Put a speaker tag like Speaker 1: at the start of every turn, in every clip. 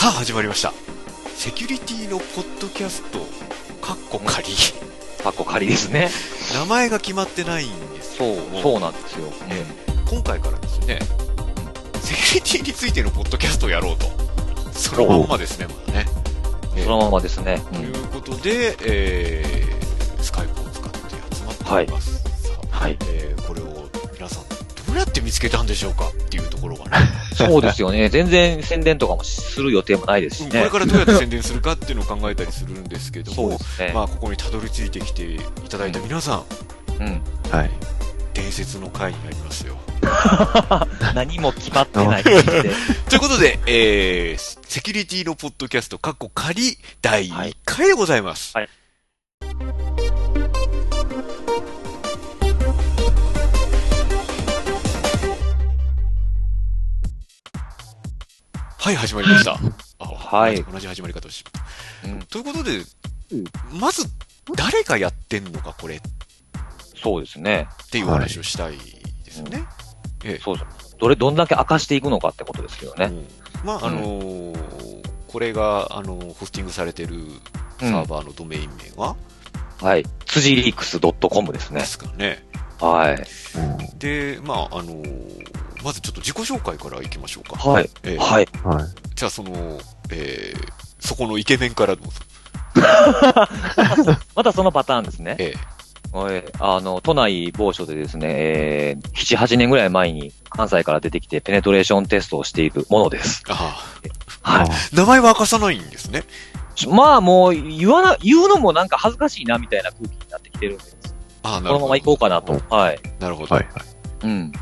Speaker 1: 始まりましたセキュリティのポッドキャストかっこ仮
Speaker 2: かっこ仮ですね。
Speaker 1: 名前が決まってないんです
Speaker 2: そう、そうなんですよ。
Speaker 1: ええ今回からですねセキュリティについてのポッドキャストをやろうとそのまんまですねまだねええ
Speaker 2: そのままですね。
Speaker 1: ということで、えー、スカイプを使って集まっています、さあ
Speaker 2: はい
Speaker 1: えーこれを皆さんどうやって見つけたんでしょうかっていうところがね、
Speaker 2: そうですよね。 全然宣伝とかもする予定もないですし
Speaker 1: うんこ
Speaker 2: ね
Speaker 1: れ。からどうやって宣伝するかっていうのを考えたりするんですけど
Speaker 2: そう
Speaker 1: も
Speaker 2: ですね。
Speaker 1: まあ、ここにたどり着いてきていただいた皆さん、
Speaker 2: うん。
Speaker 3: はい。
Speaker 1: 伝説の回になりますよ。
Speaker 2: 何も決まってない感じ で。
Speaker 1: ということで、えー、セキュリティのポッドキャスト、カッコ仮、第1回でございます。
Speaker 2: はい
Speaker 1: はい、始まりま した。あ
Speaker 2: はい
Speaker 1: 同じ始まり方をし
Speaker 2: うん
Speaker 1: ということで
Speaker 2: うん、
Speaker 1: まず、誰がやってんのか、これっ
Speaker 2: そうですね。
Speaker 1: ていうお話をしたいですよね。ええ
Speaker 2: そうそう。どれ、どんだけ明かしていくのかってことですよね。
Speaker 1: うんまあ、あのーこれが、あのーホスティングされてるサーバーのドメイン名は、
Speaker 2: はい。辻リークス .com ですね
Speaker 1: で。すかね。
Speaker 2: はい。
Speaker 1: で、まあ、あのーまずちょっと自己紹介からいきましょうか。
Speaker 2: はい。
Speaker 1: ええ
Speaker 2: はい。
Speaker 3: はい。
Speaker 1: じゃあ、その、えーそこのイケメンからどうぞ。
Speaker 2: またそのパターンですね。
Speaker 1: ええ
Speaker 2: はい。あの、都内某所でですね、えー、7、8年ぐらい前に関西から出てきてペネトレーションテストをしているものです。
Speaker 1: あ
Speaker 2: はい。
Speaker 1: あ名前は明かさないんですね。
Speaker 2: まあもう言わな、言うのもなんか恥ずかしいなみたいな空気になってきてるんで、
Speaker 1: ああ、
Speaker 2: こ
Speaker 1: なる
Speaker 2: のま
Speaker 1: ほ
Speaker 2: ま
Speaker 1: ど
Speaker 2: 行。こうかなと。はい。
Speaker 1: なるほど。
Speaker 3: はい。
Speaker 2: うん。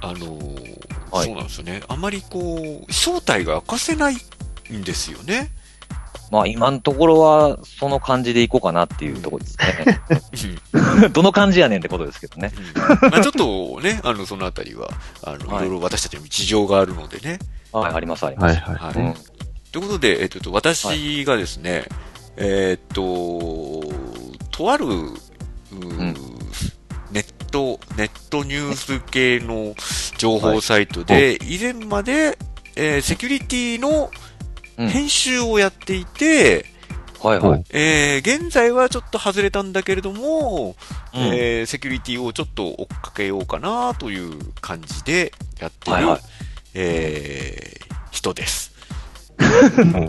Speaker 1: あのー
Speaker 2: はい
Speaker 1: そうなんですよね。あまりこう、正体が明かせないんですよね。
Speaker 2: まあ今のところはその感じで行こうかなっていうところですね。
Speaker 1: うん
Speaker 2: どの感じやねんってことですけどね。
Speaker 1: うんまあちょっとね、あの、そのあたりは、あの、
Speaker 2: はい
Speaker 1: いろいろ私たちにも事情があるのでね。
Speaker 2: はい、ありますありま
Speaker 3: はい。
Speaker 2: す。
Speaker 3: は
Speaker 1: はい。
Speaker 2: うん。
Speaker 1: ということで、えっと、私がですね、えーっと、とある、うー
Speaker 2: うん
Speaker 1: ネット、ネットニュース系の情報サイトで、以前まで、えーセキュリティの
Speaker 2: うん
Speaker 1: 編集をやっていて、
Speaker 2: はいはい。
Speaker 1: えー現在はちょっと外れたんだけれども、
Speaker 2: うん
Speaker 1: えーセキュリティをちょっと追っかけようかなという感じでやってる、
Speaker 2: はいはい
Speaker 1: えー人です。
Speaker 3: い。もう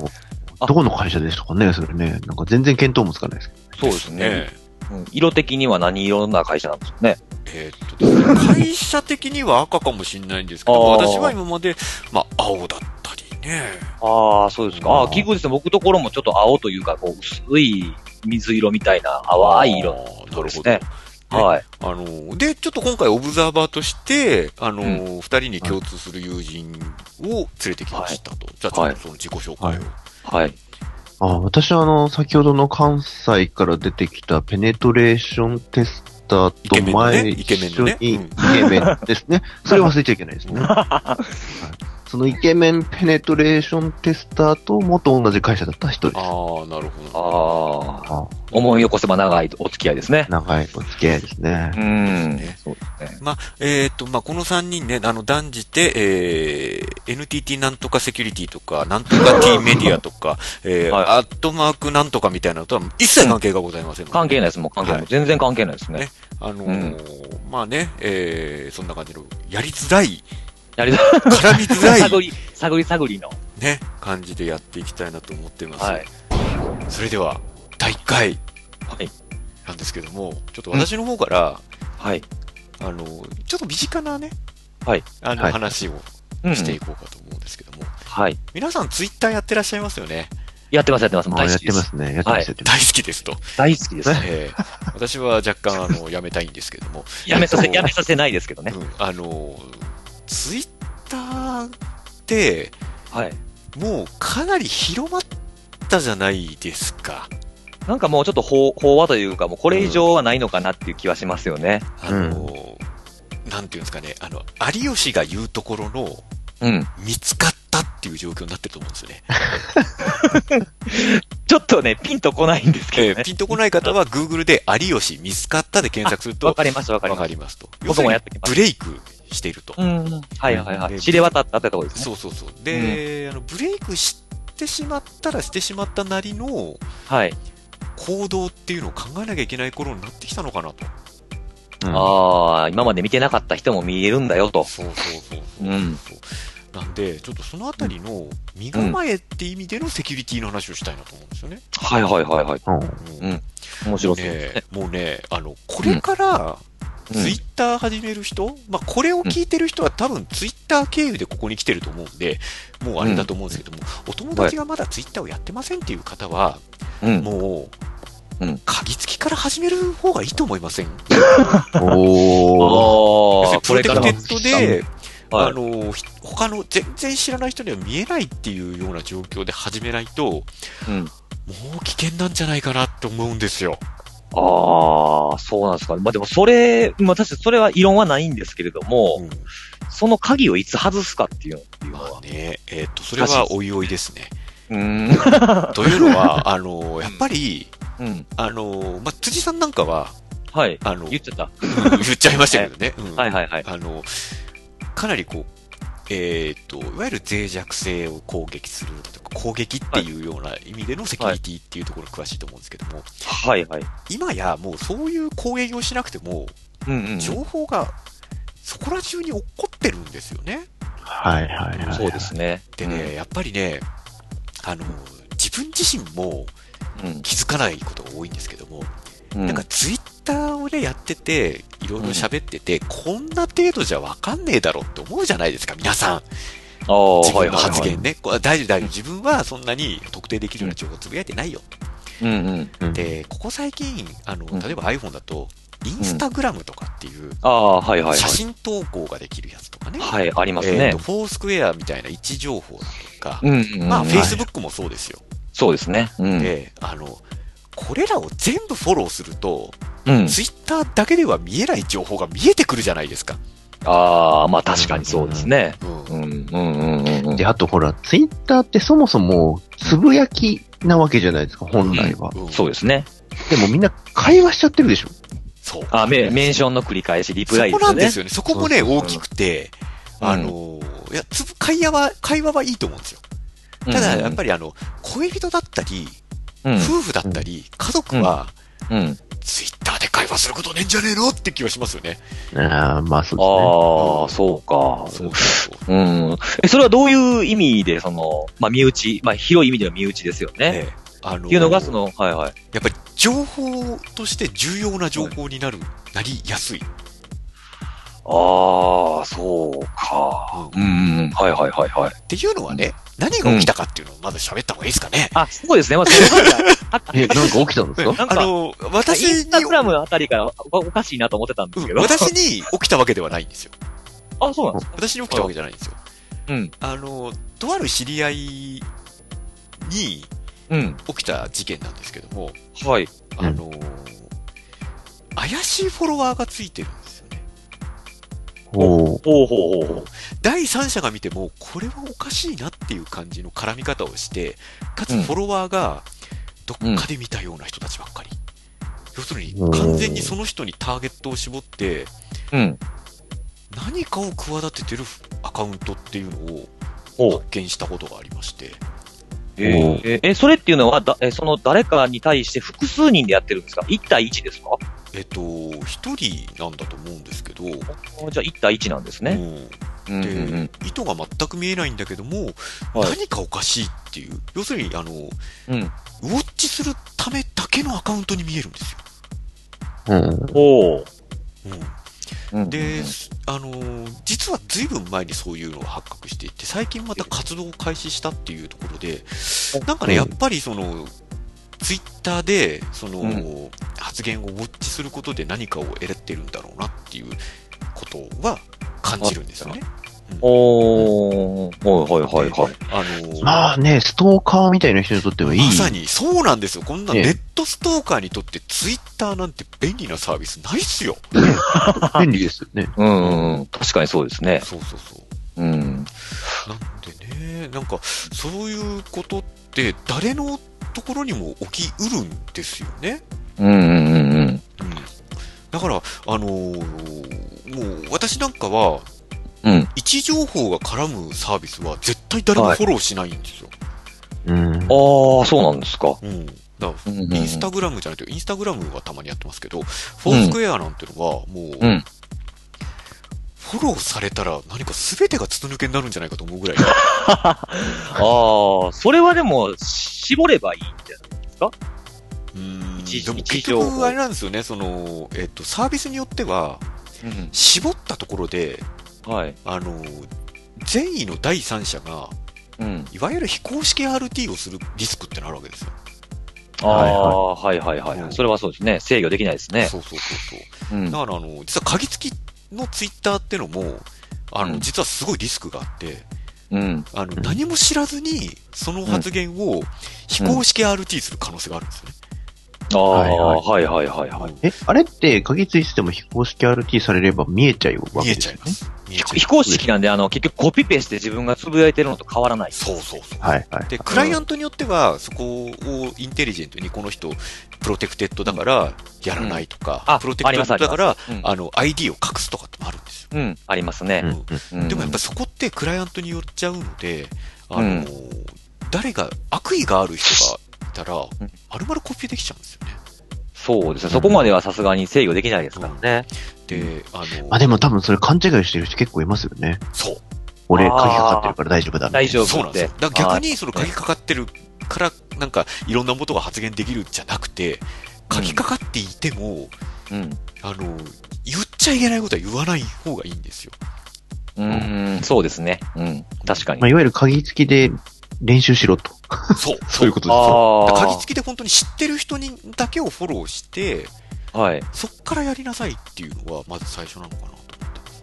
Speaker 3: どこの会社でしたかね、それね。なんか全然見当もつかないですけ
Speaker 2: そうですね。うん色的には何色な会社なんですよね。
Speaker 1: えーっとですね、会社的には赤かもしれないんですけど、
Speaker 2: あー
Speaker 1: 私は今まで、まあ、青だったりね、
Speaker 2: ああ、そうですか。ああ、キーですね。僕のところもちょっと青というか、こう、薄い水色みたいな淡い色のところですね。
Speaker 1: あーなるほど
Speaker 2: はい。
Speaker 1: あのーで、ちょっと今回オブザーバーとして、あのー、二、人に共通する友人を連れてきましたと。じゃあ、ちょっとその自己紹介を。
Speaker 3: はい
Speaker 2: はい。
Speaker 3: ど。あ、私はあの、先ほどの関西から出てきたペネトレーションテスター
Speaker 1: イケ
Speaker 3: と
Speaker 1: メンのね
Speaker 3: 前、
Speaker 1: イケメン
Speaker 3: 一
Speaker 1: の
Speaker 3: 緒
Speaker 1: ね
Speaker 3: にイケメンです ね。それ忘れちゃいけないです ね。はいそのイケメンペネトレーションテスターと元同じ会社だった人です。
Speaker 1: ああ、なるほど。
Speaker 2: ああ、
Speaker 3: あ
Speaker 2: 思い起こせば長いお付き合いですね。
Speaker 3: 長いお付き合いですね
Speaker 2: う。ん
Speaker 1: で。
Speaker 2: そうですね。
Speaker 1: まあ、えーっと、まあ、この3人ね、あの、断じて、えー、NTT なんとかセキュリティとか、なんとか T メディアとか、えー、
Speaker 2: はい
Speaker 1: アットマークなんとかみたいなのとは一切関係がございませんので、
Speaker 2: 関係ないです、もう関係ない。
Speaker 1: はい
Speaker 2: 全然関係ないですね。
Speaker 1: ねあのーまあね、えー、そんな感じの、やりづらい、
Speaker 2: やりづ
Speaker 1: 絡みづ
Speaker 2: ら
Speaker 1: ら
Speaker 2: い。探
Speaker 1: い、
Speaker 2: り、探り探りの。
Speaker 1: ね、感じでやっていきたいなと思ってます。
Speaker 2: はい。
Speaker 1: それでは、第1回
Speaker 2: はい。
Speaker 1: なんですけども、ちょっと私の方から、
Speaker 2: はい。
Speaker 1: あのーちょっと身近なね、
Speaker 2: はい。
Speaker 1: あの、
Speaker 3: はい
Speaker 1: 話を
Speaker 2: うん。
Speaker 1: していこうかと思うんですけども、
Speaker 2: はい。
Speaker 1: 皆さんツイッターやってらっしゃいますよね。
Speaker 2: やってます、やってます。もう
Speaker 3: あ
Speaker 2: 大
Speaker 3: や
Speaker 2: 好
Speaker 3: っ
Speaker 2: きで。
Speaker 3: てますすね。やってます、やってま
Speaker 1: 大好
Speaker 3: す。
Speaker 1: きですと。
Speaker 2: 大好きです。
Speaker 1: えー私は若干あのやめたいんですけども、
Speaker 2: やめさせ、やめさせないですけどね
Speaker 1: う。んあのツイッターって
Speaker 2: はい。
Speaker 1: もうかなり広まったじゃないですか。
Speaker 2: なんかもうちょっと飽飽和というか、もうこれ以上はないのかなっていう気はしますよね。
Speaker 1: あの、なんていうんですかね、あの有吉が言うところの
Speaker 2: うん。
Speaker 1: 見つかったっていう状況になってると思うんですよ ね。
Speaker 2: ちょっとね、ピンとこないんです
Speaker 1: え
Speaker 2: けど
Speaker 1: ー
Speaker 2: ね。
Speaker 1: ピンとこない方は Google で有吉見つかったで検索すると
Speaker 2: わかりました、わかり
Speaker 1: わ
Speaker 2: ま
Speaker 1: か
Speaker 2: し
Speaker 1: りますと。
Speaker 2: 僕もやってきま
Speaker 1: ブ
Speaker 2: す
Speaker 1: レイクしていると。
Speaker 2: た。うん。はいはいは
Speaker 1: で
Speaker 2: い。知れ渡ったってところですね。
Speaker 1: そうそうそう。で、あの、ブレイクししてしまったらしてしまったなりの
Speaker 2: はい。
Speaker 1: 行動っていうのを考えなきゃいけない頃になってきたのかなと。
Speaker 3: うん
Speaker 2: ああ、今まで見てなかった人も見えるんだよと。
Speaker 1: そうそうそうそう。
Speaker 2: うん
Speaker 1: なんで、ちょっとそのあたりの身構えって意味でのセキュリティの話をしたいなと思うんですよね。
Speaker 2: はいはいはいはい。
Speaker 3: うん
Speaker 1: もう
Speaker 2: うん面白そうですね
Speaker 1: ね。もうね、あの、これから、
Speaker 2: うん
Speaker 1: ツイッター始める人、まあ、これを聞いてる人は多分ツイッター経由でここに来てると思うんで、もうあれだと思うんですけども、お友達がまだツイッターをやってませんっていう方は、
Speaker 2: うん。
Speaker 1: もう、
Speaker 2: うん
Speaker 1: 鍵付きから始める方がいいと思いません
Speaker 3: お
Speaker 1: 要する
Speaker 2: あ
Speaker 3: ー。
Speaker 2: あ
Speaker 1: に、プロテクテッドで、
Speaker 2: は
Speaker 1: あ
Speaker 2: い。
Speaker 1: の、ひ他の全然知らない人には見えないっていうような状況で始めないと、も
Speaker 2: うん
Speaker 1: う危険なんじゃないかなって思うんですよ。
Speaker 2: ああ、そうなんですか。まあでもそれ、まあ確かにそれは異論はないんですけれども、
Speaker 1: うん
Speaker 2: その鍵をいつ外すかっていうの
Speaker 1: ま
Speaker 2: は
Speaker 1: あ。ね、えっ、と、それはおいおいですね。
Speaker 2: うーん。
Speaker 1: というのは、あ の、やっぱり、
Speaker 2: うん。
Speaker 1: あの、まあ、辻さんなんかは、
Speaker 2: はい。
Speaker 1: あの、うん
Speaker 2: 言っちゃった。
Speaker 1: 言っちゃいましたけどね。うん
Speaker 2: はいはいはい。
Speaker 1: あの、かなりこう、えっ、と、いわゆる脆弱性を攻撃するだとか、攻撃っていうような意味でのセキュリティっていうところ詳しいと思うんですけども、
Speaker 2: はいはい。
Speaker 1: 今やもうそういう攻撃をしなくても、
Speaker 2: うんうん。
Speaker 1: 情報がそこら中に起こってるんですよね。
Speaker 3: はいはいはい。
Speaker 2: そうですね。
Speaker 1: でね、やっぱりね、あの、自分自身も
Speaker 2: うん。
Speaker 1: 気づかないことが多いんですけども、
Speaker 2: うん。
Speaker 1: なんかツイッターをね、やってて、いろいろ喋ってて、こんな程度じゃわかんねえだろって思うじゃないですか、皆さん。
Speaker 2: ああ、
Speaker 1: 自
Speaker 2: はい
Speaker 1: 分の
Speaker 2: はい
Speaker 1: 発
Speaker 2: は
Speaker 1: 言ね。これ大丈夫、大丈夫。自分はそんなに特定できるような情報をつぶやいてないよ。
Speaker 2: い。うんうん。
Speaker 3: うん。
Speaker 1: で、ここ最近、あの、
Speaker 2: うん
Speaker 1: 例えば iPhone だと、インスタグラムとかっていう、
Speaker 2: ああ、はいはいはい。
Speaker 1: 写真投稿ができるやつとかね。
Speaker 2: はい、あります
Speaker 1: えっ
Speaker 2: ね
Speaker 1: と、。フォースクエアみたいな位置情報だとか、
Speaker 2: うんうんうん。
Speaker 1: まあ、
Speaker 2: はい
Speaker 1: Facebook もそうですよ。
Speaker 2: そうですね。うん。
Speaker 1: で、あの、これらを全部フォローすると、
Speaker 2: うん。
Speaker 1: ツイッターだけでは見えない情報が見えてくるじゃないですか。
Speaker 2: ああ、まあ確かにそうですね。
Speaker 1: うん
Speaker 2: うん、うん、うん、うん。
Speaker 3: で、あとほら、ツイッターってそもそも、つぶやきなわけじゃないですか、本来は。
Speaker 1: うん
Speaker 2: そうですね。
Speaker 3: でもみんな会話しちゃってるでしょ。
Speaker 1: そう。
Speaker 2: あ、メメンションの繰り返し、リプライ
Speaker 1: そこ
Speaker 2: です
Speaker 1: な
Speaker 2: よ
Speaker 1: ん
Speaker 2: ね。
Speaker 1: ですよね。そこもね、
Speaker 3: そうそう
Speaker 1: 大
Speaker 3: そう
Speaker 1: きくて、
Speaker 2: うん
Speaker 1: あの、いや、つぶ、会話は、会話はいいと思うんですよ。
Speaker 2: うん
Speaker 1: ただ、やっぱりあの、恋人だったり、
Speaker 2: うん、
Speaker 1: 夫婦だったり、家族は、
Speaker 2: うん。うん
Speaker 1: ツイッターで会話することねえんじゃねえのって気はしますよね。
Speaker 3: ああ、まあそうですね。
Speaker 2: ああ、そうか。
Speaker 1: そうそうそう。
Speaker 2: うん。え、それはどういう意味で、その、まあ身内、まあ広い意味での身内ですよね。
Speaker 1: ええあの
Speaker 2: っていうのが、その、はいはい。
Speaker 1: やっぱり情報として重要な情報になる、なりやすい。
Speaker 2: ああ、そうか。うん、うんうん、はいはいはいはい。
Speaker 1: っていうのはね、何が起きたかっていうのをまず喋った方がいいですかね。
Speaker 2: あ、そうですね。まあ、それなんか、あ
Speaker 3: え、なんか起きた んですか
Speaker 2: なん
Speaker 1: あ
Speaker 2: か、
Speaker 1: の、
Speaker 2: イン
Speaker 1: 私
Speaker 2: ス
Speaker 1: に、
Speaker 2: タグラムあたりからおおかしいなと思ってたんです
Speaker 1: う
Speaker 2: け
Speaker 1: ん
Speaker 2: ど。
Speaker 1: 私に起きたわけではないんですよ。
Speaker 2: あ、そうなんですか。
Speaker 1: 私に起きたわけじゃないんですよ。
Speaker 2: うん。
Speaker 1: あの、とある知り合いに起
Speaker 2: うん。
Speaker 1: きた事件なんですけども、
Speaker 2: はい。
Speaker 3: うん
Speaker 1: あの、怪しいフォロワーがついてるんですよね。
Speaker 3: おー
Speaker 2: ほうほうほうほう。
Speaker 1: 第三者が見ても、これはおかしいなっていう感じの絡み方をして、かつ
Speaker 2: うん
Speaker 1: フォロワーが、どっかで見たような人たちばっかり。要するに
Speaker 3: お、ー
Speaker 1: 完全にその人にターゲットを絞って、
Speaker 2: うん。
Speaker 1: 何かを企ててるアカウントっていうの
Speaker 2: ほ
Speaker 1: を
Speaker 2: う
Speaker 1: 発見したことがありまして、
Speaker 2: えーえーそれっていうのはだ、え、その誰かに対して複数人でやってるんですか ?1 対1ですか
Speaker 1: えっと、一人なんだと思うんですけど、
Speaker 2: じゃあ1対1なんですね。
Speaker 1: うん
Speaker 2: うんうんうん
Speaker 1: で、意図が全く見えないんだけども、
Speaker 2: はい
Speaker 1: 何かおかしいっていう、要するに、あの、
Speaker 2: うん
Speaker 1: ウォッチするためだけのアカウントに見えるんですよ。
Speaker 3: うん。
Speaker 2: ほ
Speaker 1: うん
Speaker 2: う。うん
Speaker 1: で、あのー実はずいぶん前にそういうのが発覚していて、最近また活動を開始したっていうところで、なんかね、
Speaker 3: うん
Speaker 1: やっぱりその、ツイッターで、その、
Speaker 2: うん
Speaker 1: 発言をウォッチすることで何かを得ってるんだろうなっていうことは感じるんですよね。
Speaker 2: おー、はいはいはいはい。
Speaker 1: あのー
Speaker 3: まあね、ストーカーみたいな人にとってはいい。
Speaker 1: まさに、そうなんですよ。こんな
Speaker 3: ええ
Speaker 1: ネットストーカーにとってツイッターなんて便利なサービスないっすよ。
Speaker 3: 便利ですよね。
Speaker 2: うんうんうん。確かにそうですね。
Speaker 1: そうそうそう。
Speaker 2: うん。
Speaker 1: なんでね、なんか、そういうことって、誰のところにも起きうるんですよね。
Speaker 2: うんうんうんうん。
Speaker 1: うん。だから、あのーもう、私なんかは、
Speaker 2: うん。
Speaker 1: 位置情報が絡むサービスは、絶対誰もフォローしないんですよ。
Speaker 3: うん。
Speaker 2: ああ、そうなんですか。
Speaker 1: うん。だから
Speaker 2: うんうんうん
Speaker 1: インスタグラムじゃないと、インスタグラムはたまにやってますけど、フォースクエアなんてのは、もう、
Speaker 2: うん
Speaker 1: フォローされたら何か全てが筒抜けになるんじゃないかと思うぐらい、
Speaker 2: ああ、それはでも、絞ればいいんじゃない
Speaker 1: うん
Speaker 2: 一時
Speaker 1: でも
Speaker 2: 一時
Speaker 1: 結
Speaker 2: 情報
Speaker 1: 局、あれなんですよね、その、えっと、サービスによっては、絞ったところで、
Speaker 2: はい。
Speaker 1: あの、善意の第三者が、
Speaker 2: うん。
Speaker 1: いわゆる非公式 RT をするリスクってのあるわけですよ。
Speaker 2: ああ、はいはいはい、
Speaker 1: うん
Speaker 2: それはそうですね。制御できないですね。
Speaker 1: そうそうそうそう。
Speaker 2: うん。
Speaker 1: だから、あの、実は鍵付きのツイッターってのも、あ
Speaker 2: う
Speaker 1: の、
Speaker 2: ん
Speaker 1: 実はすごいリスクがあって、
Speaker 2: うん。
Speaker 1: あの、
Speaker 3: うん
Speaker 1: 何も知らずに、その発言を非公式 RT する可能性があるんですよね。
Speaker 2: ああ、
Speaker 3: はい
Speaker 2: はいはいはいはい。
Speaker 3: え、あれって、鍵ついてても非公式 RT されれば見えちゃう
Speaker 1: 見
Speaker 3: わけ
Speaker 1: え
Speaker 3: で
Speaker 1: ち
Speaker 3: す
Speaker 1: ゃい
Speaker 3: よね
Speaker 1: ま。す。見えちゃいます
Speaker 2: 非公式なんで、あの、結局コピペして自分がつぶやいてるのと変わらない。
Speaker 1: そうそうそう。
Speaker 3: はいはい。
Speaker 1: で、クライアントによっては、そこをインテリジェントに、この人、プロテクテッドだから、やらないとか、
Speaker 2: うんあ
Speaker 1: プロテクテッドだから、
Speaker 2: うん。
Speaker 1: あの、ID を隠すとかってのもあるんですよ。
Speaker 2: うん、ありますね。
Speaker 3: うんうん
Speaker 2: うん
Speaker 1: でもやっぱそこってクライアントによっちゃうので、あの誰が、悪意がある人がいたら、
Speaker 2: ん
Speaker 1: 丸々コピーできちゃうんですよね。
Speaker 2: そうですね。そこまではさすがに制御できないですからね。
Speaker 1: で、あの、
Speaker 3: まあでも多分それ勘違いしてる人結構いますよね。
Speaker 1: そ
Speaker 3: 俺、
Speaker 2: あー
Speaker 3: 鍵かかってるから大丈夫だ。
Speaker 2: 大丈
Speaker 1: う、
Speaker 2: 夫
Speaker 1: そうなんですよ
Speaker 2: っ。て
Speaker 1: だから逆にその鍵かかってるから、なんかいろんなことが発言できるんじゃなくて、鍵かかっていても、
Speaker 2: うん。
Speaker 1: あの、言っちゃいけないことは言わない方がいいんですよ。
Speaker 2: うん、そうですね。うん。確かに。
Speaker 3: まあ、いわゆる鍵付きで練習し ろと。
Speaker 1: そう。。
Speaker 3: そういうこととですよ。
Speaker 2: ああ。
Speaker 1: 鍵付きで本当に知ってる人にだけをフォローして、
Speaker 2: はい。
Speaker 1: そっからやりなさいっていうのは、まず最初なのかなと思ってます。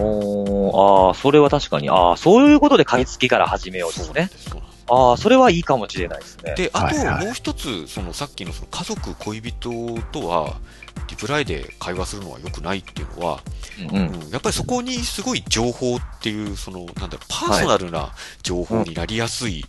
Speaker 2: おーああ、それは確かに。ああ、そういうことで鍵付きから始めようです
Speaker 1: なん
Speaker 2: ね。
Speaker 1: です。そうなんです
Speaker 2: ああ、それはいいかもしれないですね。
Speaker 1: で、あ
Speaker 3: はいはい
Speaker 1: ともう一つ、そのさっきのその家族、恋人とは、リプライで会話するのは良くないっていうのは、
Speaker 2: う。
Speaker 1: うんんやっぱりそこにすごい情報っていう、その、なんだろう、パーソナルな情報になりやすい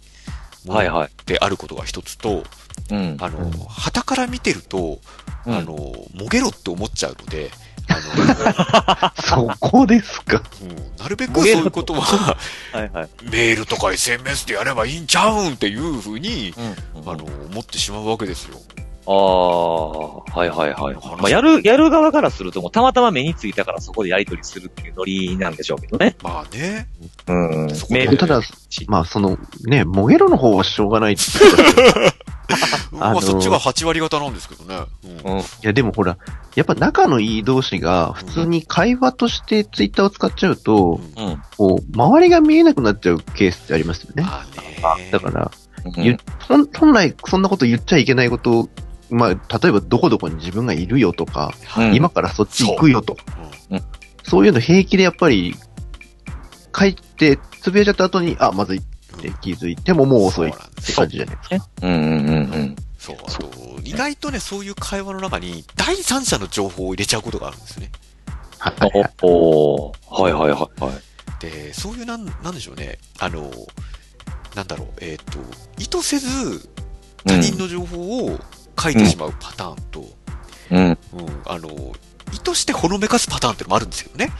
Speaker 1: も
Speaker 2: はい
Speaker 1: の
Speaker 2: はい。
Speaker 1: であることが一つと、
Speaker 2: うん。
Speaker 1: あ
Speaker 3: う
Speaker 1: の
Speaker 3: ん、
Speaker 1: 旗から見てると、
Speaker 2: うん
Speaker 1: あの、もげろって思っちゃうので、 あ
Speaker 3: そこですか。
Speaker 1: の、うんなるべくそういうことは、
Speaker 2: はいはい。
Speaker 1: メールとか SMS でやればいいんちゃうんっていうふうに、
Speaker 2: うん。
Speaker 1: あの、思ってしまうわけですよ。
Speaker 2: ああ、はいはいはい。
Speaker 1: 話
Speaker 2: まあ、やる、やる側からすると、もうたまたま目についたからそこでやり取りするっていうノリなんでしょうけどね。
Speaker 1: まあね。
Speaker 2: うん。
Speaker 1: そこ
Speaker 2: メ
Speaker 1: で
Speaker 2: ール
Speaker 3: ただ、
Speaker 2: し。
Speaker 3: まあその、ね、もげろの方はしょうがないって
Speaker 1: ま
Speaker 3: あ
Speaker 1: あ
Speaker 3: のー
Speaker 1: そっちが8割方なんですけどね。うん
Speaker 2: うん。
Speaker 3: いや、でもほら、やっぱ仲のいい同士が普通に会話としてツイッターを使っちゃうと、
Speaker 2: うん。
Speaker 3: こう、周りが見えなくなっちゃうケースってありますよね。
Speaker 1: まあね
Speaker 3: だから、
Speaker 2: うん
Speaker 3: ゆ本本来そんなこと言っちゃいけないことを、まあ、例えばどこどこに自分がいるよとか、
Speaker 1: はい
Speaker 2: うん
Speaker 3: 今からそっち行くよと。
Speaker 1: うん
Speaker 3: そういうの平気でやっぱり、書いて、つぶやいちゃった後に、あ、まずいって気づいてももう遅いっ
Speaker 1: そうなんで
Speaker 3: て
Speaker 1: すよ
Speaker 3: 感じじゃないですか。
Speaker 2: うんうんうんうん。
Speaker 1: そうあと、意外とね、そういう会話の中に、第三者の情報を入れちゃうことがあるんですね。
Speaker 3: はいはいはい。
Speaker 2: おおはいはいはいはい。
Speaker 1: で、そういうなん、なんでしょうね、あの、なんだろう、えっ、と、意図せず、他人の情報を書いてしまうパターンと、
Speaker 2: うん。
Speaker 1: うんあの、意図してほのめかすパターンってのもあるんですけどね。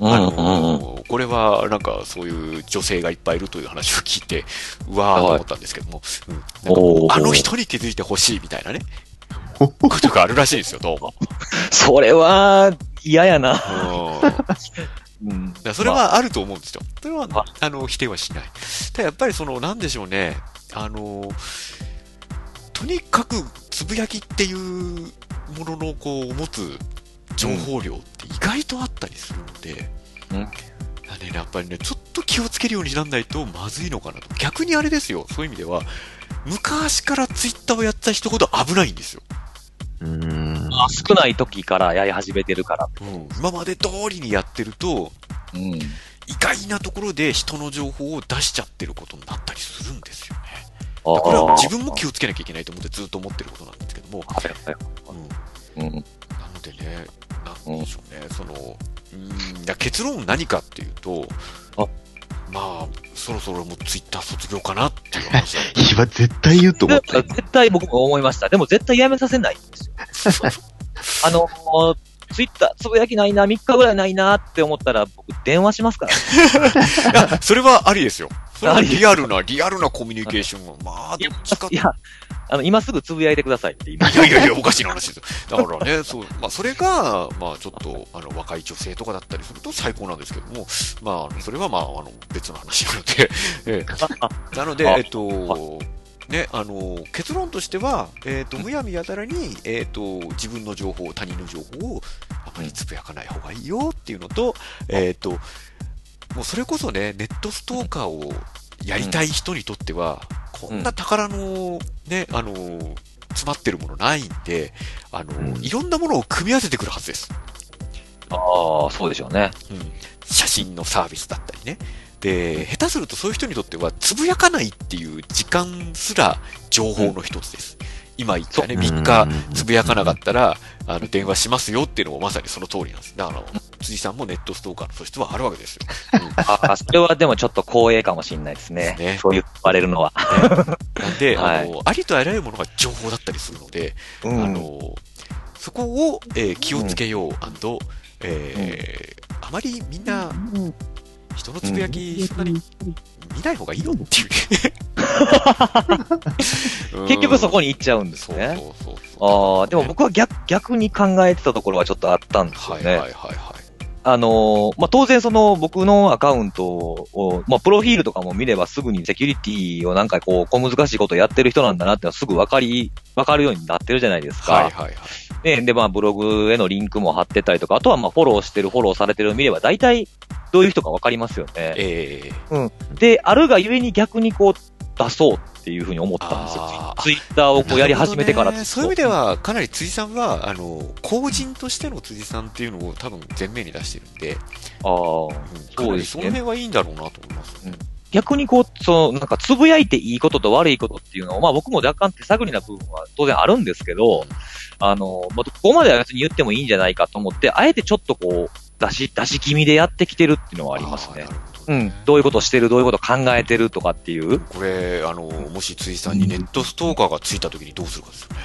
Speaker 2: うん
Speaker 1: あ
Speaker 2: うんうん。
Speaker 1: の、これは、なんか、そういう女性がいっぱいいるという話を聞いて、うわーと思ったんですけども、うんなんかこう
Speaker 2: おー
Speaker 1: あの人に気づいてほしいみたいなね、ことがあるらしいんですよ、ど うも。
Speaker 2: それは、嫌やな。
Speaker 1: うんだか
Speaker 2: うん。
Speaker 1: らそれはあると思うんですよ。それは
Speaker 2: は、
Speaker 1: あの、否定はしない。ただやっぱりその、なんでしょうね、あの、とにかく、つぶやきっていうものの、こう、持つ情報量って意外とあったりするので、
Speaker 2: うん
Speaker 1: だね、やっぱりね、ちょっと気をつけるようになんないとまずいのかなと。逆にあれですよ、そういう意味では、昔からツイッターをやってた人ほど危ないんですよ。
Speaker 3: うーん。
Speaker 2: まあ、少ない時からやり始めてるから。
Speaker 1: 今まで通りにやってると、
Speaker 2: うん。
Speaker 1: 意外なところで人の情報を出しちゃってることになったりするんですよね。
Speaker 2: ああ
Speaker 1: これは自分も気をつけなきゃいけないと思ってずっと思ってることなんですけども、
Speaker 2: はいはい
Speaker 1: うん
Speaker 2: うん。
Speaker 1: なのでね、なんでしょうね、そのうんいや結論何かっていうと
Speaker 2: あ、
Speaker 1: まあ、そろそろもうツイッター卒業かなっていう話だった
Speaker 3: 今絶対言うと思った。
Speaker 2: 絶対僕も思いました。でも絶対やめさせないんですよ。あの、ツイッターつぶやきないな、3日ぐらいないなって思ったら僕電話しますか ら。
Speaker 1: いやそれはありですよ。それはリアルな、リアルなコミュニケーションは、まあ、どっちかっ
Speaker 2: いや、あの、今すぐつぶやいてくださいって言いま
Speaker 1: い
Speaker 2: す。
Speaker 1: やいやいや、おかしいな話ですよ。だからね、そう、まあ、それが、まあ、ちょっと、あの、若い女性とかだったりすると最高なんですけども、まああの、それはまあ、あの、別の話なので、 ええなので、
Speaker 2: あ
Speaker 1: えっと、ね、あの、結論としては、えっと、むやみやたらに、えっと、自分の情報、他人の情報を、あまりつぶやかない方がいいよっていうのと、えっと、もうそれこそね、ネットストーカーをやりたい人にとっては、こんな宝の、ね、あの、詰まってるものないんで、あの、
Speaker 2: うん
Speaker 1: いろんなものを組み合わせてくるはずです。
Speaker 2: ああ、そうでしょうね。
Speaker 1: 写真のサービスだったりね。で、下手するとそういう人にとっては、つぶやかないっていう時間すら情報の一つです。今言ったね、3日、つぶやかなかったら、あの、電話しますよっていうのもまさにその通りなんです。だから、辻さんもネットストーカーの素質はあるわけですよ。
Speaker 2: ああ、それはでもちょっと光栄かもしれないですね。
Speaker 1: ですね
Speaker 2: そう言われるのは。
Speaker 1: なんで、
Speaker 2: はい
Speaker 1: あの、ありとあらゆるものが情報だったりするので、
Speaker 2: う
Speaker 1: あのそこを、えー気をつけよう、えーあまりみんな人のつぶやき、そんなに見ない方がいいよっていう、
Speaker 2: 結局そ
Speaker 1: で
Speaker 2: こに行っちゃうんです
Speaker 1: そう
Speaker 2: ね。
Speaker 1: そうそう
Speaker 2: ああ、でも僕は逆、逆に考えてたところはちょっとあったんですよ
Speaker 1: はい
Speaker 2: ね。
Speaker 1: はいはいは
Speaker 2: あのーまあ、当然その僕のアカウントを、まあ、プロフィールとかも見ればすぐにセキュリティをなんかこう、小難しいことやってる人なんだなってのはすぐわかり、わかるようになってるじゃないですか。
Speaker 1: い。はいはいはい。
Speaker 2: ね、で、まあ、ブログへのリンクも貼ってたりとか、あとは、まあ、フォローしてる、フォローされてるを見れば、大体、どういう人かわかりますよね。
Speaker 1: えー、
Speaker 2: で、あるがゆえに逆にこう、出そうっていうふうに思ったんですよ
Speaker 1: あ。ー
Speaker 2: ツイツイッターをこうやり始めてから
Speaker 1: なるほどね
Speaker 2: ずっと
Speaker 1: そういう意味では、かなり辻さんは、あの、公人としての辻さんっていうのを多分前面に出してるんで、
Speaker 2: あ
Speaker 1: う
Speaker 2: ー
Speaker 1: ん
Speaker 2: そうです
Speaker 1: かなりそ
Speaker 2: ね
Speaker 1: の辺はいいんだろうなと思いますね。
Speaker 2: 逆にこう、その、なんか、つぶやいていいことと悪いことっていうのを、まあ、僕も若干手探りな部分は当然あるんですけど、あの、まあ、ここまでは別に言ってもいいんじゃないかと思って、あえてちょっとこう、出し、出し気味でやってきてるっていうのはありますね
Speaker 1: ー。なるほど
Speaker 2: う
Speaker 1: ね
Speaker 2: ん。どういうことしてる、どういうこと考えてるとかっていう。
Speaker 1: これ、あの、もし辻さんにネットストーカーがついたときにどうするかですよね。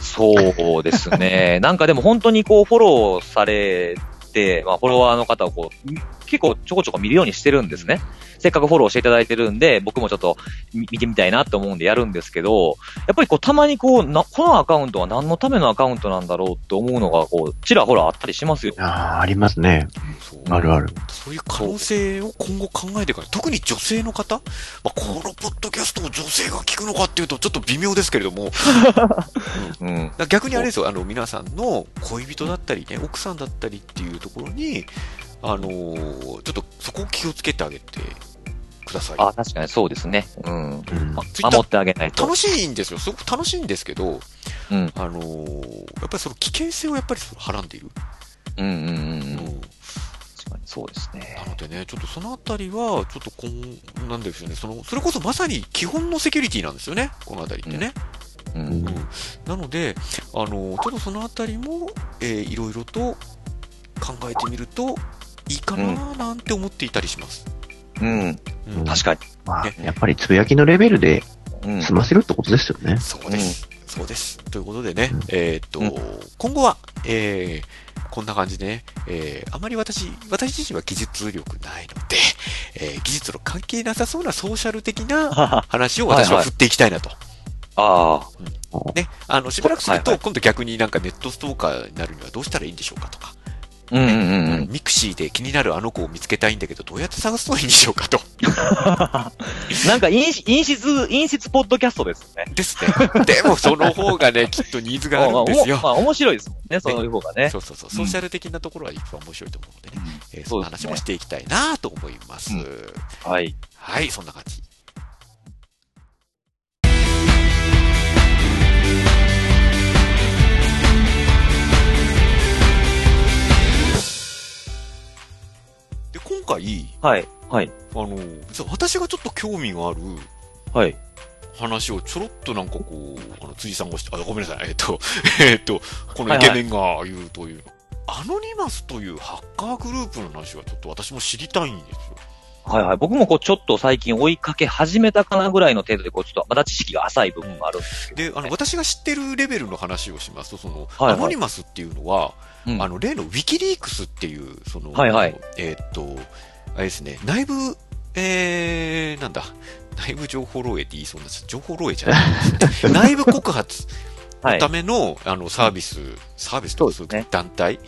Speaker 2: そうですね。なんかでも本当にこうフォローされて、まあフォロワーの方をこう、結構ちょこちょこ見るようにしてるんですね。せっかくフォローしていただいてるんで、僕もちょっと見見てみたいなと思うんでやるんですけど、やっぱりこうたまにこう、な、このアカウントは何のためのアカウントなんだろうと思うのがこう、ちらほらあったりしますよ。
Speaker 3: ああ、ありますね。
Speaker 1: そう
Speaker 3: あるある。
Speaker 1: そういう可能性を今後考えていかない。特に女性の方、まあ、このポッドキャストを女性が聞くのかっていうとちょっと微妙ですけれども、
Speaker 2: うん。
Speaker 1: だから逆にあれですよ、あの、皆さんの恋人だったりね、奥さんだったりっていうところに、あのーちょっとそこを気をつけてあげてください。
Speaker 2: あ、確かにそうですね。うん。
Speaker 3: うん
Speaker 2: ま
Speaker 1: ツイッター
Speaker 2: 守ってあげないと。
Speaker 1: 楽しいんですよ。すごく楽しいんですけど、
Speaker 2: うん
Speaker 1: あのーやっぱりその危険性をやっぱりはらんでいる。
Speaker 2: うんうんうんうん。
Speaker 1: うん
Speaker 2: 確かにそうですね
Speaker 1: な。のでね、ちょっとそのあたりは、ちょっとこん、なんでしょうね、その、それこそまさに基本のセキュリティなんですよね、このあたりってね。
Speaker 2: う。
Speaker 3: うんん
Speaker 1: なので、あの、ちょっとそのあたりも、えーいろいろと考えてみると、いいかななんて思っていたりします。
Speaker 2: うん。
Speaker 1: うん
Speaker 3: うん
Speaker 2: 確か
Speaker 3: まあ
Speaker 1: ね、
Speaker 3: やっぱりつぶやきのレベルで
Speaker 2: に。うん。
Speaker 3: 済ませるってことですよね。
Speaker 1: そうです。そうです。ということでね
Speaker 3: うん、
Speaker 1: えーっと
Speaker 2: う、
Speaker 1: 今後は、えーこんな感じでね、えーあまり私、私自身は技術力ないので、えー技術の関係なさそうなソーシャル的な
Speaker 2: あ
Speaker 1: 話を私は振っていきたいなと。
Speaker 2: あー。
Speaker 1: ね、あの、しばらくする
Speaker 2: は
Speaker 1: と、
Speaker 2: い
Speaker 1: 今度逆になんかネットストーカーになるにはどうしたらいいんでしょうかとか、
Speaker 2: うんうんうんうん。
Speaker 1: ミクシーで気になるあの子を見つけたいんだけど、どうやって探すといいんでしょうかと。
Speaker 2: なんか陰し、陰湿、陰湿ポッドキャストですね。
Speaker 1: ですね。 でも、その方がね、きっとニーズがあるんですよ
Speaker 2: まあ、。まあ面白いですもんね、そういう方がね。
Speaker 1: そうそうそう。ソーシャル的なところは一番面白いと思うのでね、えーそんな話もしていきたいなと思います。
Speaker 2: うはい。
Speaker 1: はい、そんな感じ。で、今回、
Speaker 2: はい。はい。
Speaker 1: あの、実は私がちょっと興味がある
Speaker 2: はい。
Speaker 1: 話をちょろっとなんかこう、あの、辻さんがして、あ、ごめんなさい、えっと、 えっと、このイケメンが言うという、アノニマスというハッカーグループの話はちょっと私も知りたいんですよ。
Speaker 2: はいはい。僕もこう、ちょっと最近追いかけ始めたかなぐらいの程度で、こう、ちょっとまだ知識が浅い部分もあるんですけど。
Speaker 1: で、あの、私が知ってるレベルの話をしますと、その、
Speaker 2: はいはい
Speaker 1: アノニマスっていうのは、
Speaker 2: うん
Speaker 1: あの、例のウィキリークスっていう、その、
Speaker 2: はいはい
Speaker 1: えーっと、あれですね、内部えー、なんだ、内部情報漏洩って言いそうになっちゃった情報漏洩じゃない。 内部告発
Speaker 2: は
Speaker 1: の
Speaker 2: い
Speaker 1: た。めの、あの、サービス、サービスとかそういう
Speaker 2: そうですね
Speaker 1: 団体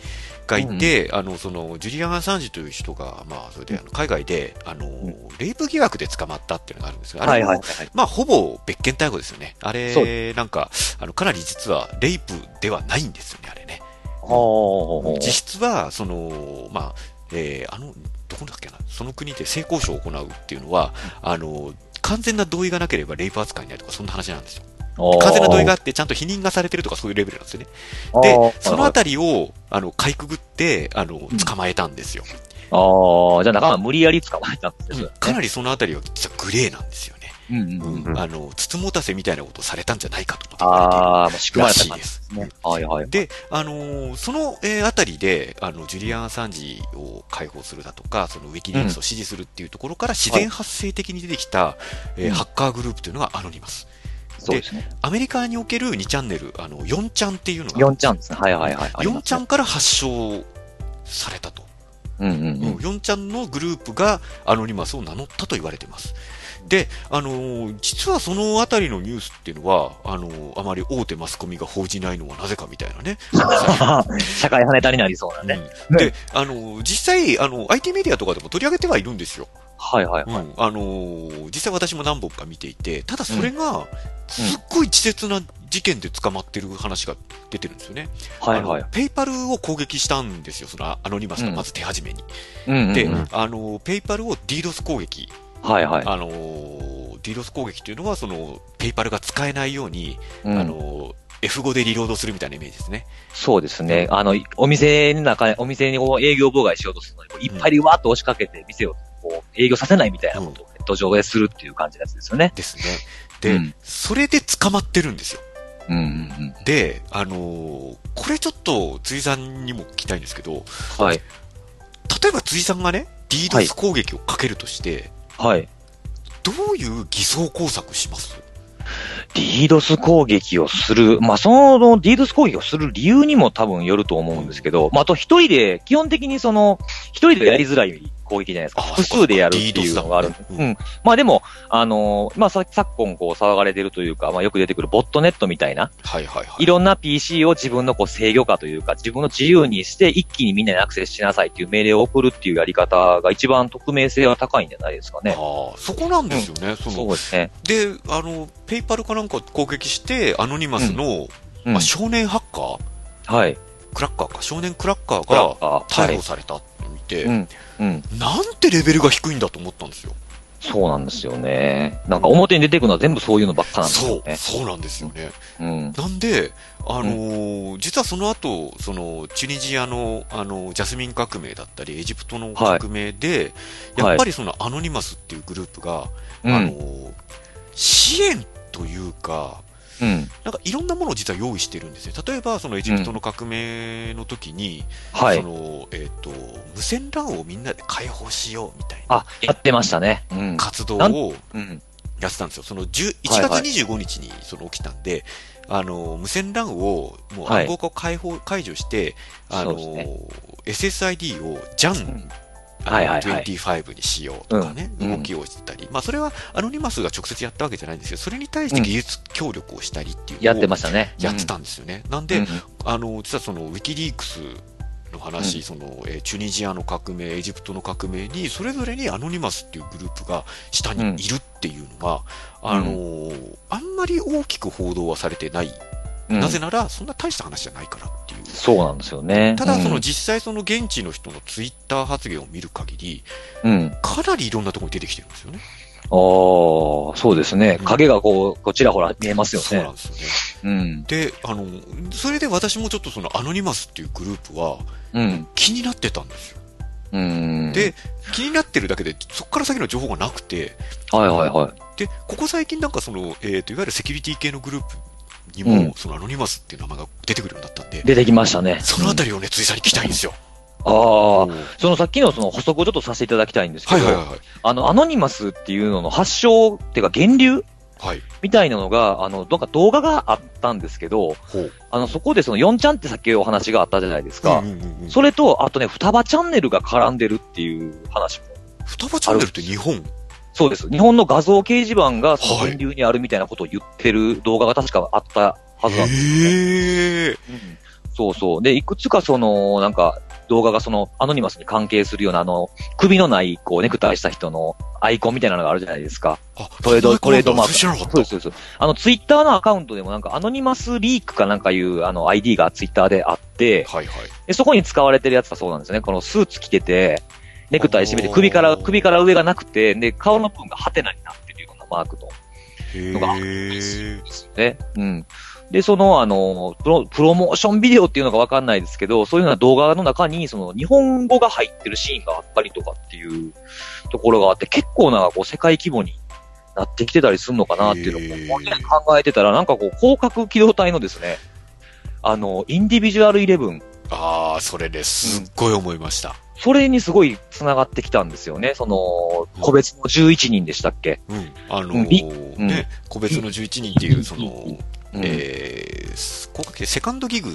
Speaker 1: がいて、あの、その、ジュリアン・アサンジという人が、まあ、それで、あの海外で、あの、
Speaker 2: ん
Speaker 1: レイプ疑惑で捕まったっていうのがあるんですが、あれ
Speaker 2: はいはいはい。
Speaker 1: まあ、ほぼ別件逮捕ですよね。あ
Speaker 2: そう
Speaker 1: れ、なんか、あの、かなり実は、レイプではないんですよね、あれね。
Speaker 2: ほうほうほう
Speaker 1: 実質は、その、まあ、えーあの、どこだっけな、その国で性交渉を行うっていうのは、あの、完全な同意がなければレイプ扱いになるとか、そんな話なんですよ。
Speaker 2: ほう
Speaker 1: 完全な同意があって、ちゃんと否認がされてるとか、そういうレベルなんですよね。で、そのあたりを、あの、かいくぐって、あの、捕まえたんですよ。
Speaker 2: ああ、じゃあ仲間無理やり捕まえたんです
Speaker 1: うん
Speaker 2: よ。
Speaker 1: かなりそのあたりは、実はグレーなんですよね。
Speaker 2: うんうんうん。
Speaker 3: うん
Speaker 1: あの、つつもたせみたいなことをされたんじゃないかと思って言われている
Speaker 2: ああ、もう仕組ま
Speaker 1: ら
Speaker 2: れた
Speaker 1: しい
Speaker 2: 感
Speaker 1: で。
Speaker 2: じですすね。はいはい。
Speaker 1: で、あのーその、えーあたりで、あの、ジュリアン・アサンジを解放するだとか、そのウィキリークスを支持するっていうところから自然発生的に出てきた、えー
Speaker 2: うん
Speaker 1: ハッカーグループというのがアノニマス。
Speaker 2: そうですね。
Speaker 1: アメリカにおける2チャンネル、あの、4チャンっていうのが、
Speaker 2: 4ちゃんですね。はいはいはい。あり
Speaker 1: 4
Speaker 2: ます
Speaker 1: チャンから発祥されたと。
Speaker 2: うんうんう
Speaker 1: うん、
Speaker 2: ん。
Speaker 1: 4ちゃんのグループがアノニマスを名乗ったと言われています。で、あのー実はそのあたりのニュースっていうのは、あのーあまり大手マスコミが報じないのはなぜかみたいなね。
Speaker 2: 社会跳ねたになりそうなね。
Speaker 1: うんで、あの、実際、あの、IT メディアとかでも取り上げてはいるんですよ。
Speaker 2: はいはい。
Speaker 1: うんあの、実際私も何本か見ていて、ただそれが、すっごい稚拙な事件で捕まってる話が出てるんですよね。
Speaker 2: はいはい
Speaker 1: あの。ペイパルを攻撃したんですよ、そのアノニマスがまず手始めに。
Speaker 2: うんうん
Speaker 1: で、
Speaker 2: うん
Speaker 1: あの、ペイパルを DDoS 攻撃。
Speaker 2: はいはい。
Speaker 1: あの、DDoS 攻撃というのは、その、ペイパルが使えないように、
Speaker 2: うん
Speaker 1: あの、F5 でリロードするみたいなイメージですね。
Speaker 2: そうですね。あの、いお店の中、お店にこう営業妨害しようとするのに、こういっぱいでわーっと押しかけて、店をこう営業させないみたいなことをネット上でするっていう感じのやつですよね。
Speaker 1: ですね。で、
Speaker 2: うん
Speaker 1: それで捕まってるんですよ。
Speaker 2: うんうん
Speaker 1: で、あのーこれちょっと辻さんにも聞きたいんですけど、
Speaker 2: うん。はい。
Speaker 1: 例えば辻さんがね、
Speaker 2: はい
Speaker 1: DDoS 攻撃をかけるとして、
Speaker 2: はい。
Speaker 1: どういう偽装工作します
Speaker 2: ィードス攻撃をする。まあ、そのディードス攻撃をする理由にも多分よると思うんですけど、まあ、あと一人で、基本的にその、一人でやりづらい攻撃じゃないですか。
Speaker 1: あ
Speaker 2: 複数でやるっていうのがある
Speaker 1: そっかそっ。か
Speaker 2: う
Speaker 1: DDoS だもんね
Speaker 2: ん。まあ、でも、あのーまあ、さ昨今こう騒がれてるというか、まあ、よく出てくるボットネットみたいな、
Speaker 1: はいはいはい
Speaker 2: ろんな PC を自分のこう制御化というか、自分の自由にして一気にみんなにアクセスしなさいっていう命令を送るっていうやり方が一番匿名性は高いんじゃないですか
Speaker 1: あ
Speaker 2: ね。
Speaker 1: ーそこなんですよね、そ
Speaker 2: そう
Speaker 1: の
Speaker 2: ですね。
Speaker 1: であの、ペイパルかなんかを攻撃して、アノニマスの、
Speaker 2: うん
Speaker 1: まあ、少年ハッカー、
Speaker 2: はい。
Speaker 1: クラッカーか、少年クラッカー
Speaker 2: クラ
Speaker 1: が
Speaker 2: ッカーは
Speaker 1: 逮
Speaker 2: い
Speaker 1: 捕。されたって見て、
Speaker 2: うん。うん。
Speaker 1: なんてレベルが低いんだと思ったんですよ。
Speaker 2: そうなんですよね。なんか表に出てくるのは全部そういうのばっかなんです
Speaker 1: そ
Speaker 2: よ
Speaker 1: う、
Speaker 2: ね。
Speaker 1: そうなんですよね。
Speaker 2: うん。
Speaker 1: なんで、あのー実はその後、そのチュニジアのあのジャスミン革命だったり、エジプトの
Speaker 2: はい
Speaker 1: 革命で、
Speaker 2: はい
Speaker 1: やっぱりそのアノニマスっていうグループが、あ
Speaker 2: う
Speaker 1: の
Speaker 2: ん。
Speaker 1: ー支援というか、
Speaker 2: うん。
Speaker 1: なんかいろんなものを実は用意してるんですね。例えば、そのエジプトの革命の時に、
Speaker 2: は
Speaker 1: そ
Speaker 2: い。
Speaker 1: の、えっ、と、無線 LAN をみんなで解放しようみたいな
Speaker 2: あ、やってましたね。うん。
Speaker 1: 活動
Speaker 2: なん
Speaker 1: を
Speaker 2: うん。
Speaker 1: やってたんですよ。その10 1
Speaker 2: はいはい
Speaker 1: 月25日にその起きたんで、あの、無線 LAN を、もう
Speaker 2: はい
Speaker 1: 暗号化を解放、解除して、あ
Speaker 2: そ
Speaker 1: の、
Speaker 2: うですね
Speaker 1: SSID を JAN、
Speaker 2: ん
Speaker 1: あの
Speaker 2: はいはいはい
Speaker 1: 25にしようとかね、
Speaker 2: うん
Speaker 1: 動きをしたり、まあそれはアノニマスが直接やったわけじゃないんですけど、それに対して技術協力をしたりっていうのを
Speaker 2: やってましたね。
Speaker 1: やってたんですよね。なん
Speaker 2: う
Speaker 1: で
Speaker 2: ん、
Speaker 1: あの、実はそのウィキリークスの話、
Speaker 2: う
Speaker 1: その、えーチュニジアの革命、エジプトの革命に、それぞれにアノニマスっていうグループが下にいるっていうのが、
Speaker 2: ん
Speaker 1: あのーあんまり大きく報道はされてない。
Speaker 2: うん
Speaker 1: なぜなら、そんな大した話じゃないからっていう。
Speaker 2: そうなんですよね。
Speaker 1: ただ、
Speaker 2: うん
Speaker 1: その、実際その現地の人のツイッター発言を見る限り、
Speaker 2: うん。
Speaker 1: かなりいろんなところに出てきてるんですよね。
Speaker 2: ああ、そうですね。影がこう、こうちらほら見えますよね。
Speaker 1: そうなんですよね。
Speaker 2: うん。
Speaker 1: で、あの、それで私もちょっとそのアノニマスっていうグループは
Speaker 2: うん。
Speaker 1: 気になってたんですよ。
Speaker 2: うん。
Speaker 1: で、気になってるだけで、そこから先の情報がなくて、
Speaker 2: はいはいはい。
Speaker 1: で、ここ最近なんかその、えっ、と、いわゆるセキュリティ系のグループに
Speaker 2: う
Speaker 1: も、
Speaker 2: ん
Speaker 1: そのアノニマスっていう名前が出てくるようになったんで、
Speaker 2: 出てきましたね。
Speaker 1: そのあたりをね、辻さんに聞きたいんですよ。
Speaker 2: ああ、
Speaker 1: はい
Speaker 2: そのさっきのその補足をちょっとさせていただきたいんですけ
Speaker 1: は
Speaker 2: ど、
Speaker 1: いはいはい。
Speaker 2: あの、アノニマスっていうのの発祥っていうか源流
Speaker 1: はい。
Speaker 2: みたいなのが、あの、なんか動画があったんですけど、
Speaker 1: ほう。
Speaker 2: あの、そこでその4ちゃんってさっきお話があったじゃないですか。
Speaker 1: うんうんうんうん
Speaker 2: それと、あとね、双葉チャンネルが絡んでるっていう話も。
Speaker 1: 双葉チャンネルって日本
Speaker 2: そうです。日本の画像掲示板がその
Speaker 1: はい
Speaker 2: 源流にあるみたいなことを言ってる動画が確かあったはずなんです。
Speaker 1: へえ。
Speaker 2: そうそう。で、いくつかその、なんか、動画がその、アノニマスに関係するような、あの、首のない、こう、ネクタイした人のアイコンみたいなのがあるじゃないですか。
Speaker 1: あ、
Speaker 2: トレード
Speaker 1: そういうことなんだ
Speaker 2: トレードマーク
Speaker 1: それ知らなか
Speaker 2: そう
Speaker 1: っ
Speaker 2: です、そうです。あの、ツイッターのアカウントでもなんか、アノニマスリークかなんかいう、あの、ID がツイッターであって、
Speaker 1: た。はいはい。
Speaker 2: で、そこに使われてるやつはそうなんですよね。このスーツ着てて、ネクタイ締めて、首から、
Speaker 1: おー
Speaker 2: 首から上がなくて、で、顔の部分がハテナになってるようなマークの
Speaker 1: へえ。
Speaker 2: ですね。うん。で、その、あの、プロ、プロモーションビデオっていうのかわかんないですけど、そういうような動画の中に、その、日本語が入ってるシーンがあったりとかっていうところがあって、結構なんかこう、世界規模になってきてたりするのかなっていうのを、
Speaker 1: へー
Speaker 2: こうね考えてたら、なんかこう、広角機動隊のですね、あの、インディビジュアルイレブン、
Speaker 1: ああ、それね、すっごい思いました。
Speaker 2: それにすごい繋がってきたんですよね。その、個別の11人でしたっけ、
Speaker 1: うん。あの
Speaker 2: うんい
Speaker 1: ー、
Speaker 2: うん
Speaker 1: ね、個別の11人っていう、その、
Speaker 2: うん
Speaker 1: えー、効果系セカンドギグ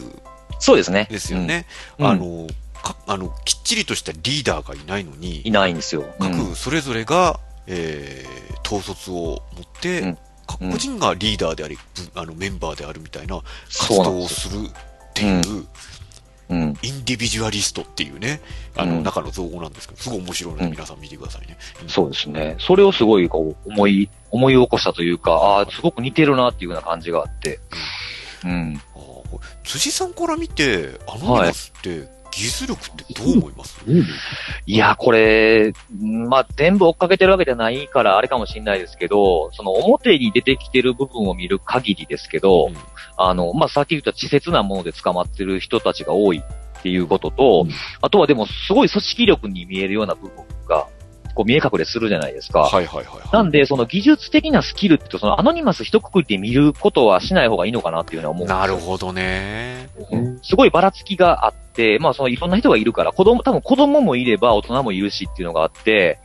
Speaker 2: そうですね。
Speaker 1: ですよね。
Speaker 2: うん
Speaker 1: あの、かあの、きっちりとしたリーダーがいないの
Speaker 2: い
Speaker 1: に、
Speaker 2: ないんですよ。うん
Speaker 1: 各それぞれが、えー統率を持って、
Speaker 2: うん
Speaker 1: 各個人がリーダーであり、ぶあのメンバーであるみたいな活
Speaker 2: そうなん
Speaker 1: 動
Speaker 2: で
Speaker 1: を
Speaker 2: すよ。
Speaker 1: するっていう、
Speaker 2: うん。
Speaker 1: インディビジュアリストっていうね、あの
Speaker 2: うん
Speaker 1: 中の造語なんですけど、すごい面白いので、
Speaker 2: うん
Speaker 1: 皆さん見てくださいね。
Speaker 2: そうですね。それをすごいこう思い、思い起こしたというか、ああ、すごく似てるなっていうような感じがあって。うん。
Speaker 1: あー辻さんから見て、アノニマスって、技術力ってどう思います
Speaker 2: いや、これ、まあ、全部追っかけてるわけじゃないから、あれかもしれないですけど、その表に出てきてる部分を見る限りですけ
Speaker 1: う
Speaker 2: ど、
Speaker 1: ん
Speaker 2: あの、まあ、さっき言った稚拙なもので捕まってる人たちが多いっていうことと、
Speaker 1: うん
Speaker 2: あとはでも、すごい組織力に見えるような部分が、こう見え隠れするじゃないですか。
Speaker 1: はいはいはいはい。
Speaker 2: なんで、その技術的なスキルって、そのアノニマス一括りで見ることはしない方がいいのかなっていうのは思う。
Speaker 1: なるほどね。
Speaker 3: うん
Speaker 2: すごいばらつきがあって、まあそのいろんな人がいるから、子供、多分子供もいれば大人もいるしっていうのがあって、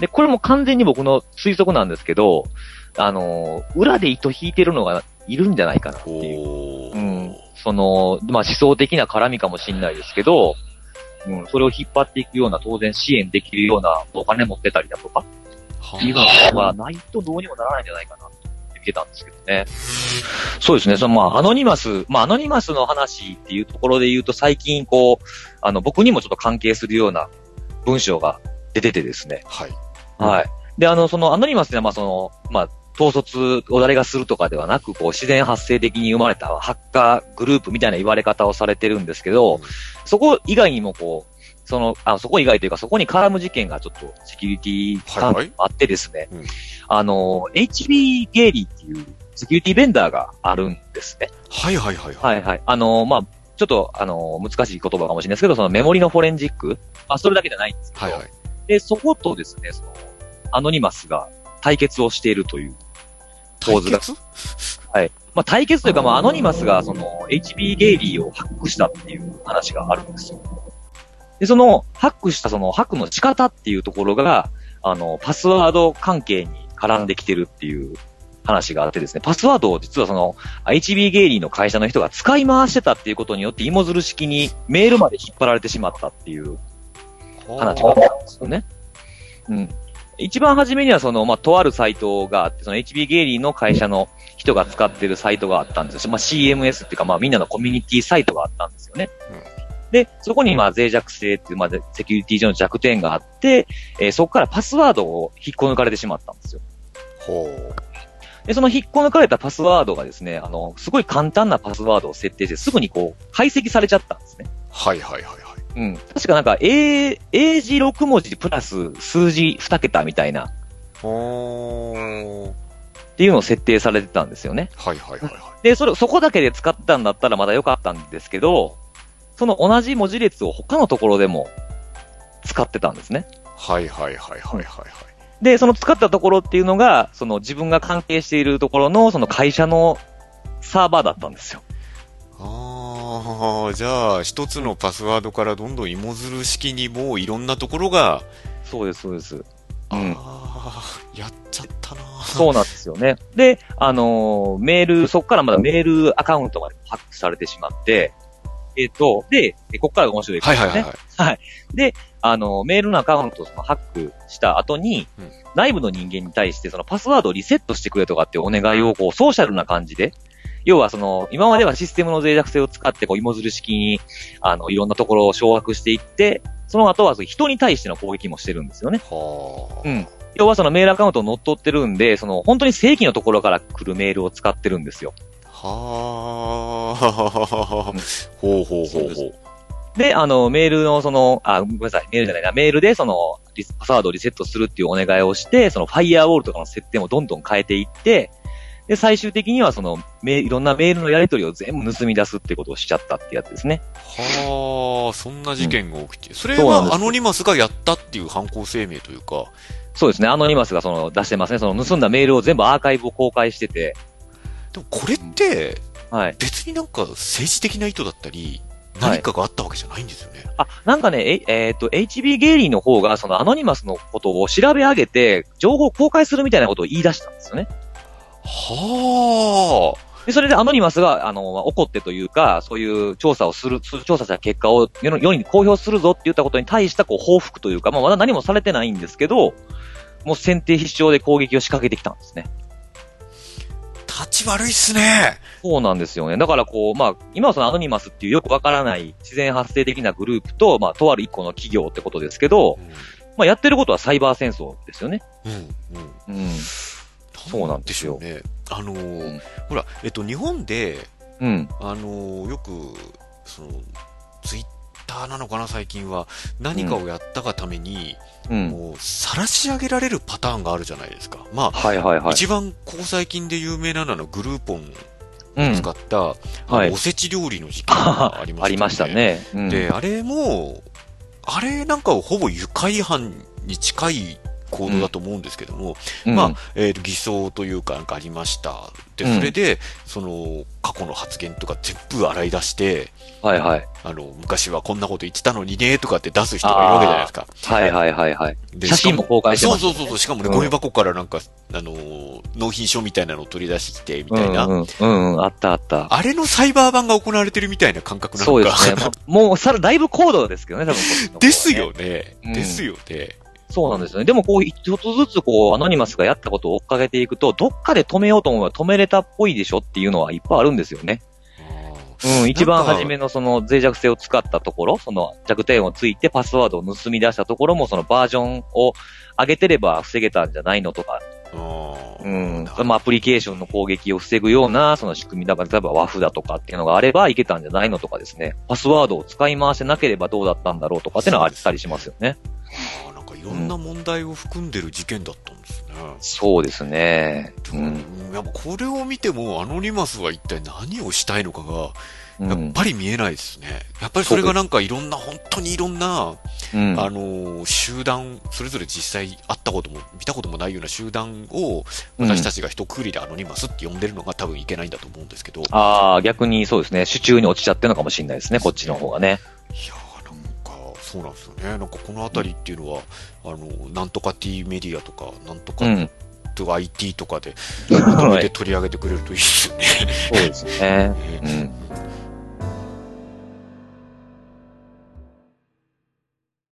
Speaker 2: で、これも完全に僕の推測なんですけど、あのー、裏で糸引いてるのがいるんじゃないかなっていう。
Speaker 1: おー
Speaker 2: うん。その、まあ思想的な絡みかもしれないですけど、うん、それを引っ張っていくような、当然支援できるようなお金持ってたりだとか、
Speaker 1: は
Speaker 2: っていうのはないとどうにもならないんじゃないかなって見てたんですけどね。そうですね。そのまあ、アノニマス、まあ、アノニマスの話っていうところで言うと、最近こう、あの、僕にもちょっと関係するような文章が出ててですね。
Speaker 1: はい。
Speaker 3: うん
Speaker 2: はい。で、あの、そのアノニマスっていうのは、まあ、その、まあ、統率を誰がするとかではなく、こう、自然発生的に生まれたハッカーグループみたいな言われ方をされてるんですけど、そこ以外にもこう、その、あ、そこ以外というか、そこに絡む事件がちょっとセキュリティ関係もあってですね、
Speaker 1: はいはいうん
Speaker 2: あの、HB ゲイリーっていうセキュリティベンダーがあるんですね。
Speaker 1: はいはいはいはい。
Speaker 2: はいはい。あの、まあ、ちょっと、あの、難しい言葉かもしれないですけど、そのメモリのフォレンジック、あ、それだけじゃないんですけど、
Speaker 1: はいはい。
Speaker 2: で、そことですね、その、アノニマスが対決をしているという、
Speaker 1: 対
Speaker 2: 構図が
Speaker 1: 決
Speaker 2: まあ、対決というか、まあ、アノニマスが、その、HB ゲイリーをハックしたっていう話があるんですよ。で、その、ハックした、その、ハックの仕方っていうところが、あの、パスワード関係に絡んできてるっていう話があってですね、パスワードを実はその、HB ゲイリーの会社の人が使い回してたっていうことによって、芋づる式にメールまで引っ張られてしまったっていう話があったんですよね。うん。一番初めには、その、まあ、とあるサイトがあって、その HB ゲイリーの会社の人が使ってるサイトがあったんですよ。まあ、CMS っていうか、まあ、みんなのコミュニティサイトがあったんですよね。
Speaker 1: うん
Speaker 2: で、そこに、まあ、脆弱性っていう、まあ、セキュリティ上の弱点があって、えーそこからパスワードを引っこ抜かれてしまったんですよ。
Speaker 1: ほう。
Speaker 2: で、その引っこ抜かれたパスワードがですね、あの、すごい簡単なパスワードを設定して、すぐにこう、解析されちゃったんですね。
Speaker 1: はいはいはいはい。
Speaker 2: うん。確かなんか、英、英字6文字プラス数字2桁みたいな、
Speaker 1: ほー。
Speaker 2: っていうのを設定されてたんですよね。
Speaker 1: はいはいはいは
Speaker 2: で、それ、そこだけで使ったんだったらまだ良かったんですけど、その同じ文字列を他のところでも使ってたんですね。
Speaker 1: い。はいはいはいはいはいはい。
Speaker 2: で、その使ったところっていうのが、その自分が関係しているところの、その会社のサーバーだったんですよ。
Speaker 1: ああ、じゃあ、一つのパスワードからどんどん芋づる式にもういろんなところが、
Speaker 2: そうです、そうです。うん
Speaker 1: ああ、やっちゃったなう。
Speaker 2: そうなんですよね。で、あのーメール、そこからまだメールアカウントまでハックされてしまって、えっ、と、で、ここからが面白いこ
Speaker 1: は
Speaker 2: と
Speaker 1: い
Speaker 2: です
Speaker 1: は
Speaker 2: ね。
Speaker 1: いはいはい。
Speaker 2: で、あの、メールのアカウントをそのハックした後に、
Speaker 1: うん
Speaker 2: 内部の人間に対してそのパスワードをリセットしてくれとかっていうお願いをこう、ソーシャルな感じで、要はその、今まではシステムの脆弱性を使って、こう、芋づる式に、あの、いろんなところを掌握していって、その後はその人に対しての攻撃もしてるんですよね。
Speaker 1: はあ。
Speaker 2: うん。要はそのメールアカウントを乗っ取ってるんで、その本当に正規のところから来るメールを使ってるんですよ。
Speaker 1: はあ。ほうほうほうほう。
Speaker 2: で、あの、メールのその、あ、ごめんなさい、メールじゃないな、メールでその、リスパスワードをリセットするっていうお願いをして、そのファイアーウォールとかの設定もどんどん変えていって、で、最終的にはその、メいろんなメールのやり取りを全部盗み出すってことをしちゃったってやつですね。
Speaker 1: はあ、そんな事件が起きて。それ
Speaker 2: そうなんで
Speaker 1: は
Speaker 2: す
Speaker 1: アノニマスがやったっていう犯行声明というか。
Speaker 2: そうですね、アノニマスがその、出してますね、その盗んだメールを全部アーカイブを公開してて、
Speaker 1: でもこれって、
Speaker 2: はい。
Speaker 1: 別になんか政治的な意図だったり、
Speaker 2: はい
Speaker 1: 何かがあったわけじゃないんですよね。
Speaker 2: あ、なんかね、え、えーっと、HB ゲイリーの方が、そのアノニマスのことを調べ上げて、情報を公開するみたいなことを言い出したんですよね。
Speaker 1: は
Speaker 2: で、それでアノニマスが、あの、まあ怒ってというか、そういう調査をする、す調査した結果を世の世に公表するぞって言ったことに対した、こう、報復というか、まあ、まだ何もされてないんですけど、もう先手必勝で攻撃を仕掛けてきたんですね。
Speaker 1: あ、立ち悪いっすね。
Speaker 2: そうなんですよね。だからこう、まあ、今はそのアノニマスっていうよくわからない自然発生的なグループと、まあ、とある一個の企業ってことですけど、まあ、やってることはサイバー戦争ですよね。
Speaker 1: うん、うん。
Speaker 2: うん。そうなんです
Speaker 1: なん
Speaker 2: よ
Speaker 1: でしょうね。あのー
Speaker 2: うん
Speaker 1: ほら、えっと、日本で、
Speaker 2: うん。
Speaker 1: あのーよく、その、ツイッターなのかな、最近は。何かをやったがために、
Speaker 2: うん。
Speaker 1: もう、晒し上げられるパターンがあるじゃないですか。まあ、
Speaker 2: はいはいはい。
Speaker 1: 一番、ここ最近で有名なのは、グルーポン
Speaker 2: うん
Speaker 1: 使った、
Speaker 2: はい
Speaker 1: おせち料理の事件がありましたよね。
Speaker 2: ありましたね。うん
Speaker 1: で、あれも、あれなんかをほぼ愉快犯に近い行動だと思うんですけども、
Speaker 2: うん
Speaker 1: まあ、えーと偽装というか、なんかありました。で、
Speaker 2: うん
Speaker 1: それで、その、過去の発言とか全部洗い出して、
Speaker 2: はいはい。
Speaker 1: あの、昔はこんなこと言ってたのにね、とかって出す人がいるわけじゃないですか。
Speaker 2: はいはいはいはい。
Speaker 1: で
Speaker 2: 写真も公開して
Speaker 1: そ
Speaker 2: ま
Speaker 1: う
Speaker 2: す。
Speaker 1: そうそうそう、しかもね、
Speaker 2: うん
Speaker 1: ゴミ箱からなんか、あのー、納品書みたいなのを取り出してきて、みたいな。
Speaker 2: うんうん、うんうん、あったあった。
Speaker 1: あれのサイバー版が行われてるみたいな感覚な
Speaker 2: そ
Speaker 1: の
Speaker 2: うで
Speaker 1: か。
Speaker 2: すね。まあもう、さら、だいぶ高度ですけどね、多分こっちの方はね
Speaker 1: ですよね。
Speaker 2: うん
Speaker 1: ですよね。
Speaker 2: そうなんですよね。でもこう、ちょっとずつこう、アノニマスがやったことを追っかけていくと、どっかで止めようと思えば止めれたっぽいでしょっていうのはいっぱいあるんですよね。うん、一番初めのその脆弱性を使ったところ、その弱点をついてパスワードを盗み出したところも、そのバージョンを上げてれば防げたんじゃないのとか、
Speaker 1: う
Speaker 2: うん、まあ、アプリケーションの攻撃を防ぐような、その仕組みだから、例えば WAF だとかっていうのがあればいけたんじゃないのとかですね、パスワードを使い回してなければどうだったんだろうとかっていうのはあったりしますよね。
Speaker 1: あーなんかいろんな問題を含んでる事件だったんですね。
Speaker 2: そうですね。う。
Speaker 1: うんん、やっぱこれを見ても、アノニマスは一体何をしたいのかが、
Speaker 2: う
Speaker 1: やっ
Speaker 2: ん。
Speaker 1: ぱり見えないですね。やっぱりそれがなんかいろんな、本当にいろんな、
Speaker 2: うん
Speaker 1: あのー、集団、それぞれ実際会ったことも、見たこともないような集団を、私たちが一括りでアノニマスって呼んでるのが多分いけないんだと思うんですけど、いや
Speaker 2: ああ、逆にそうですね。手中に落ちちゃってるのかもしれないですね、こっちの方がね。
Speaker 1: ーなんか、そうなんですよね。なんかこのあたりっていうのは、あのー、なんとか T メディアとか、なんと
Speaker 2: う
Speaker 1: か
Speaker 2: ん。
Speaker 1: と か IT とかで、まとめ
Speaker 2: は
Speaker 1: て
Speaker 2: い。
Speaker 1: 取り上げてくれるといいですよね。
Speaker 2: そうですね。
Speaker 1: ね
Speaker 2: うん。